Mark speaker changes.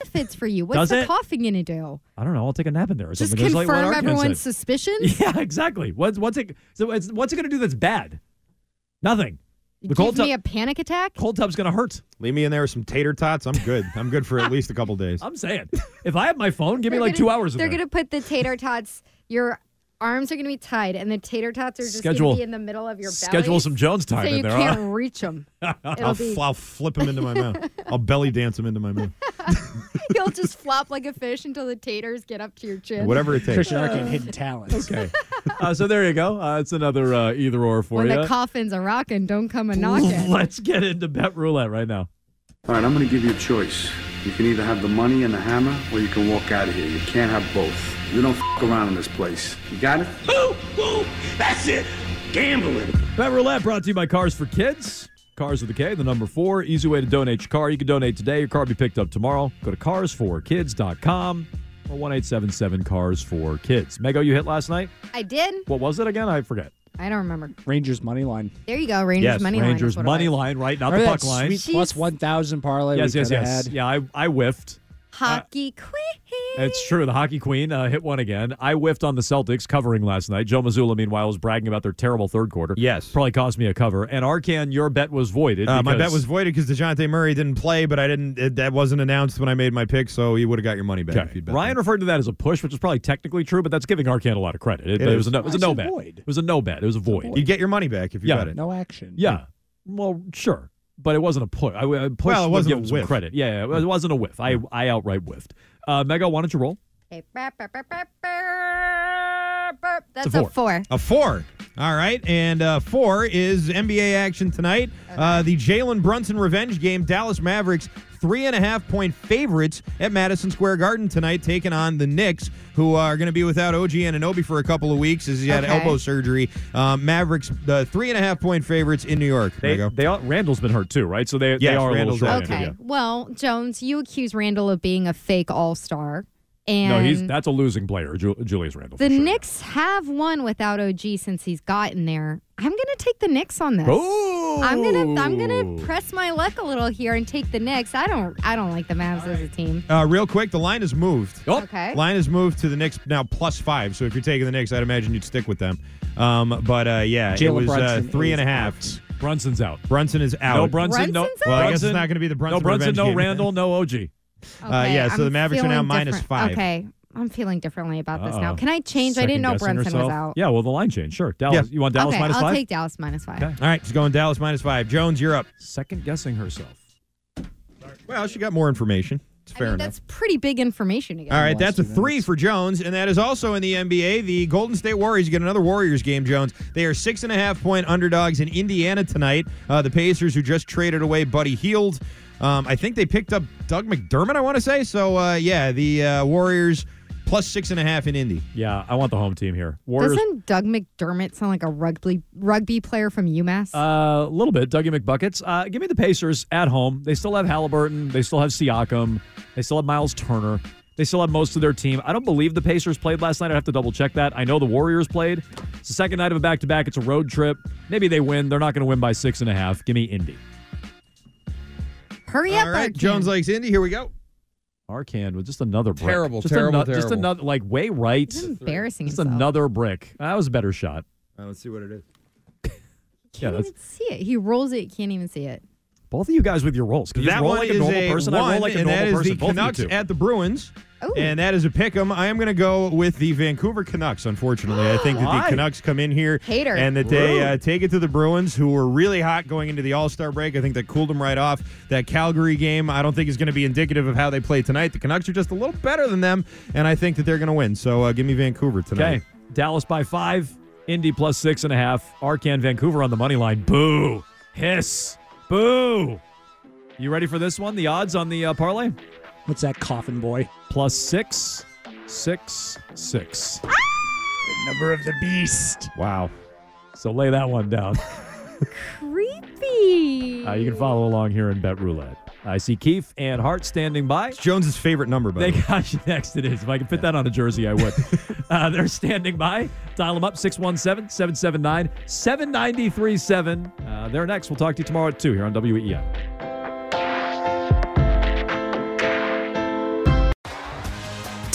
Speaker 1: benefits for you. What's
Speaker 2: Does
Speaker 1: the
Speaker 2: it?
Speaker 1: coughing gonna do?
Speaker 2: I don't know. I'll take a nap in there or
Speaker 1: Just
Speaker 2: something. It's like what
Speaker 1: confirm
Speaker 2: Arkin said.
Speaker 1: everyone's suspicions.
Speaker 2: Yeah, exactly. What's what's it? So it's, what's it going to do that's bad? Nothing. The cold
Speaker 1: Give
Speaker 2: tub,
Speaker 1: me a panic attack.
Speaker 2: cold tub's going to hurt.
Speaker 3: Leave me in there with some tater tots. I'm good. I'm good for at least a couple days.
Speaker 2: I'm saying. if I have my phone, give me
Speaker 1: They're
Speaker 2: like
Speaker 1: gonna-
Speaker 2: two hours. in
Speaker 1: They're
Speaker 2: there.
Speaker 1: gonna put the tater tots. Your arms are gonna be tied, and the tater tots are just
Speaker 2: Schedule-
Speaker 1: gonna be in the middle of your belly.
Speaker 2: schedule some Jones time
Speaker 1: so
Speaker 2: in
Speaker 1: you
Speaker 2: there.
Speaker 1: can't
Speaker 2: huh?
Speaker 1: reach them.
Speaker 3: I'll,
Speaker 1: It'll be,
Speaker 3: f- I'll flip them into my mouth. I'll belly dance them into my mouth.
Speaker 1: you'll just flop like a fish until the taters get up to your chin.
Speaker 3: Whatever it takes.
Speaker 4: Christian Arkin hidden talent.
Speaker 2: Okay. Uh, so there you go. Uh, it's another uh, either or for
Speaker 1: When
Speaker 2: you.
Speaker 1: the coffin's a rockin', don't come a knockin'.
Speaker 2: Let's get into bet roulette right now.
Speaker 5: All right, I'm going to give you a choice. You can either have the money and the hammer, or you can walk out of here. You can't have both. You don't f- around in this place. You got it?
Speaker 2: Bet roulette brought to you by Cars for Kids. Cars with a K, the number four. Easy way to donate your car. You can donate today. Your car will be picked up tomorrow. Go to cars4kids.com or one eight seven seven cars for kids. Mego, you hit last night.
Speaker 1: I did.
Speaker 2: What was it again? I forget.
Speaker 1: I don't remember.
Speaker 4: Rangers money line.
Speaker 1: There you go. Rangers
Speaker 2: yes,
Speaker 1: money line. is
Speaker 2: Rangers
Speaker 1: what it
Speaker 2: money
Speaker 1: was.
Speaker 2: line, right? Not the
Speaker 4: Remember
Speaker 2: puck
Speaker 4: that
Speaker 2: line.
Speaker 4: Sweet plus
Speaker 1: Jeez.
Speaker 4: one thousand parlay.
Speaker 2: Yes,
Speaker 4: we
Speaker 2: yes,
Speaker 4: coulda
Speaker 2: yes.
Speaker 4: Had.
Speaker 2: Yeah, I, I whiffed.
Speaker 1: Hockey queen.
Speaker 2: It's true. The hockey queen uh, hit one again. I whiffed on the Celtics covering last night. Joe Missoula, meanwhile, was bragging about their terrible third quarter.
Speaker 3: Yes.
Speaker 2: Probably cost me a cover. And Arcan, your bet was voided.
Speaker 3: Uh, my bet
Speaker 2: because-
Speaker 3: was voided because Dejounte Murray didn't play, but I didn't. It, that wasn't announced when I made my pick, so you would have got your money back. If
Speaker 2: Okay.
Speaker 3: you'd bet
Speaker 2: Ryan
Speaker 3: that.
Speaker 2: referred to that as a push, which is probably technically true, but that's giving Arcan a lot of credit. It, it
Speaker 3: It is.
Speaker 2: was a no, it was
Speaker 4: Why
Speaker 2: a
Speaker 4: is
Speaker 2: no
Speaker 4: it
Speaker 2: bet.
Speaker 4: void?
Speaker 2: It was a no bet. It was a void.
Speaker 3: you get your money back if you
Speaker 2: Yeah.
Speaker 3: bet it.
Speaker 4: No action.
Speaker 2: Yeah. Well, sure, but it wasn't a push. I, I push
Speaker 3: Well, it
Speaker 2: would
Speaker 3: wasn't
Speaker 2: give
Speaker 3: a
Speaker 2: him some
Speaker 3: whiff.
Speaker 2: Credit. Yeah, yeah, it wasn't a whiff. I I outright whiffed. Uh, Mega, why don't you roll?
Speaker 1: Okay, burp, burp, burp, burp, burp, burp. That's
Speaker 2: a
Speaker 1: a four.
Speaker 3: A four. All right, and uh, four is NBA action tonight. Uh, the Jalen Brunson revenge game. Dallas Mavericks three and a half point favorites at Madison Square Garden tonight, taking on the Knicks, who are going to be without OG Ananobi for a couple of weeks as he had
Speaker 1: Okay.
Speaker 3: elbow surgery. Um, Mavericks, the three and a half point favorites in New York.
Speaker 2: They,
Speaker 3: Mego.
Speaker 2: they all, Randall's been hurt too, right? So they, they
Speaker 3: Yes,
Speaker 2: are
Speaker 3: Randall's
Speaker 2: a
Speaker 3: out.
Speaker 2: little short.
Speaker 1: Okay. Well, Jones, you accuse Randall of being a fake all star. And
Speaker 2: No, he's that's a losing player, Ju- Julius Randall.
Speaker 1: the
Speaker 2: for sure.
Speaker 1: Knicks have won without OG since he's gotten there. I'm gonna take the Knicks on this.
Speaker 2: Oh,
Speaker 1: I'm gonna I'm gonna press my luck a little here and take the Knicks. I don't I don't like the Mavs as a team.
Speaker 3: Uh, real quick, the line has moved.
Speaker 2: Oh,
Speaker 1: Okay.
Speaker 3: Line has moved to the Knicks now plus five. So if you're taking the Knicks, I'd imagine you'd stick with them. Um, but uh, yeah, it
Speaker 4: Jalen
Speaker 3: was uh,
Speaker 4: Brunson
Speaker 3: three
Speaker 4: is
Speaker 3: and a half.
Speaker 4: out.
Speaker 2: Brunson's out.
Speaker 3: Brunson is out.
Speaker 2: No Brunson. No.
Speaker 1: Brunson's out?
Speaker 3: Well, I guess it's
Speaker 2: Brunson-
Speaker 3: not going to be the Brunson.
Speaker 2: no Brunson.
Speaker 3: revenge
Speaker 2: No
Speaker 3: game.
Speaker 2: Randall. No OG.
Speaker 3: Uh, yeah, so the Mavericks are now
Speaker 1: feeling
Speaker 3: minus
Speaker 1: different-
Speaker 3: five.
Speaker 1: Okay, I'm feeling differently about this
Speaker 2: Uh-oh.
Speaker 1: now. Can I change? I didn't know
Speaker 2: Second-guessing
Speaker 1: Brunson
Speaker 2: Uh, herself.
Speaker 1: was out.
Speaker 2: Yeah, well, the line change. Sure. Dallas.
Speaker 3: Yeah.
Speaker 2: You want Dallas
Speaker 1: okay,
Speaker 2: minus
Speaker 1: I'll
Speaker 2: five?
Speaker 1: take Dallas minus five.
Speaker 2: Okay.
Speaker 3: All right, she's going Dallas minus five. Jones, you're up.
Speaker 2: Second guessing herself.
Speaker 3: Well, she got more information. It's fair
Speaker 1: I mean,
Speaker 3: enough.
Speaker 1: that's pretty big information to get.
Speaker 3: All right,
Speaker 4: the last
Speaker 3: that's a
Speaker 4: few
Speaker 3: three
Speaker 4: minutes.
Speaker 3: for Jones, and that is also in the NBA. The Golden State Warriors get another Warriors game, Jones. They are six and a half point underdogs in Indiana tonight. Uh, the Pacers, who just traded away Buddy Heald. Um, I think they picked up Doug McDermott, I want to say. So, uh, yeah, the uh, Warriors plus six and a half in Indy.
Speaker 2: Yeah, I want the home team here. Warriors.
Speaker 1: Doesn't Doug McDermott sound like a rugby rugby player from UMass?
Speaker 2: Uh, A little bit. Dougie McBuckets. Uh, give me the Pacers at home. They still have Halliburton. They still have Siakam. They still have Miles Turner. They still have most of their team. I don't believe the Pacers played last night. I'd have to double check that. I know the Warriors played. It's the second night of a back to back. It's a road trip. Maybe they win. They're not going to win by six and a half. Give me Indy.
Speaker 1: Hurry up,
Speaker 3: All right,
Speaker 1: Arkin.
Speaker 3: Jones likes Indy. Here we go.
Speaker 2: Arcand with just another brick.
Speaker 6: Terrible,
Speaker 2: just
Speaker 6: terrible,
Speaker 2: ano- Just
Speaker 6: terrible.
Speaker 2: another, like, way right.
Speaker 1: He's embarrassing
Speaker 2: Just
Speaker 1: himself.
Speaker 2: another brick. That was a better shot.
Speaker 6: Uh, let's see what it is.
Speaker 2: Yeah,
Speaker 1: Can't
Speaker 2: that's
Speaker 1: even see it. He rolls it. You can't even see it.
Speaker 2: both of you guys with your rolls. 'cause you
Speaker 3: That
Speaker 2: roll
Speaker 3: one
Speaker 2: like
Speaker 3: is
Speaker 2: a normal
Speaker 3: a
Speaker 2: person.
Speaker 3: one,
Speaker 2: I roll like a
Speaker 3: and that
Speaker 2: normal
Speaker 3: is
Speaker 2: person.
Speaker 3: the
Speaker 2: both
Speaker 3: Canucks
Speaker 2: of you two.
Speaker 3: at the Bruins.
Speaker 1: Ooh.
Speaker 3: And that is a pick 'em. I am going to go with the Vancouver Canucks. Unfortunately, I think that
Speaker 2: Why?
Speaker 3: the Canucks come in here
Speaker 1: Hater.
Speaker 3: and that they uh, take it to the Bruins, who were really hot going into the All Star break. I think that cooled them right off. That Calgary game, I don't think is going to be indicative of how they play tonight. The Canucks are just a little better than them, and I think that they're going to win. So uh, give me Vancouver tonight.
Speaker 2: Okay. Dallas by five. Indy plus six and a half. Arcan Vancouver on the money line. Boo. Hiss. Boo. You ready for this one? The odds on the uh, parlay?
Speaker 4: What's that coffin boy?
Speaker 2: Plus six, six, six.
Speaker 4: Number of the beast.
Speaker 2: Wow. So lay that one down.
Speaker 1: Creepy.
Speaker 2: Uh, you can follow along here in Bet Roulette. I see Keefe and Hart standing by.
Speaker 3: It's Jones's favorite number, by the
Speaker 2: They
Speaker 3: way.
Speaker 2: got you next. It is. If I could fit that on a jersey, I would. uh, they're standing by. Dial them up 617 779 7937. Uh, They're next. We'll talk to you tomorrow at 2 here on E WEEI.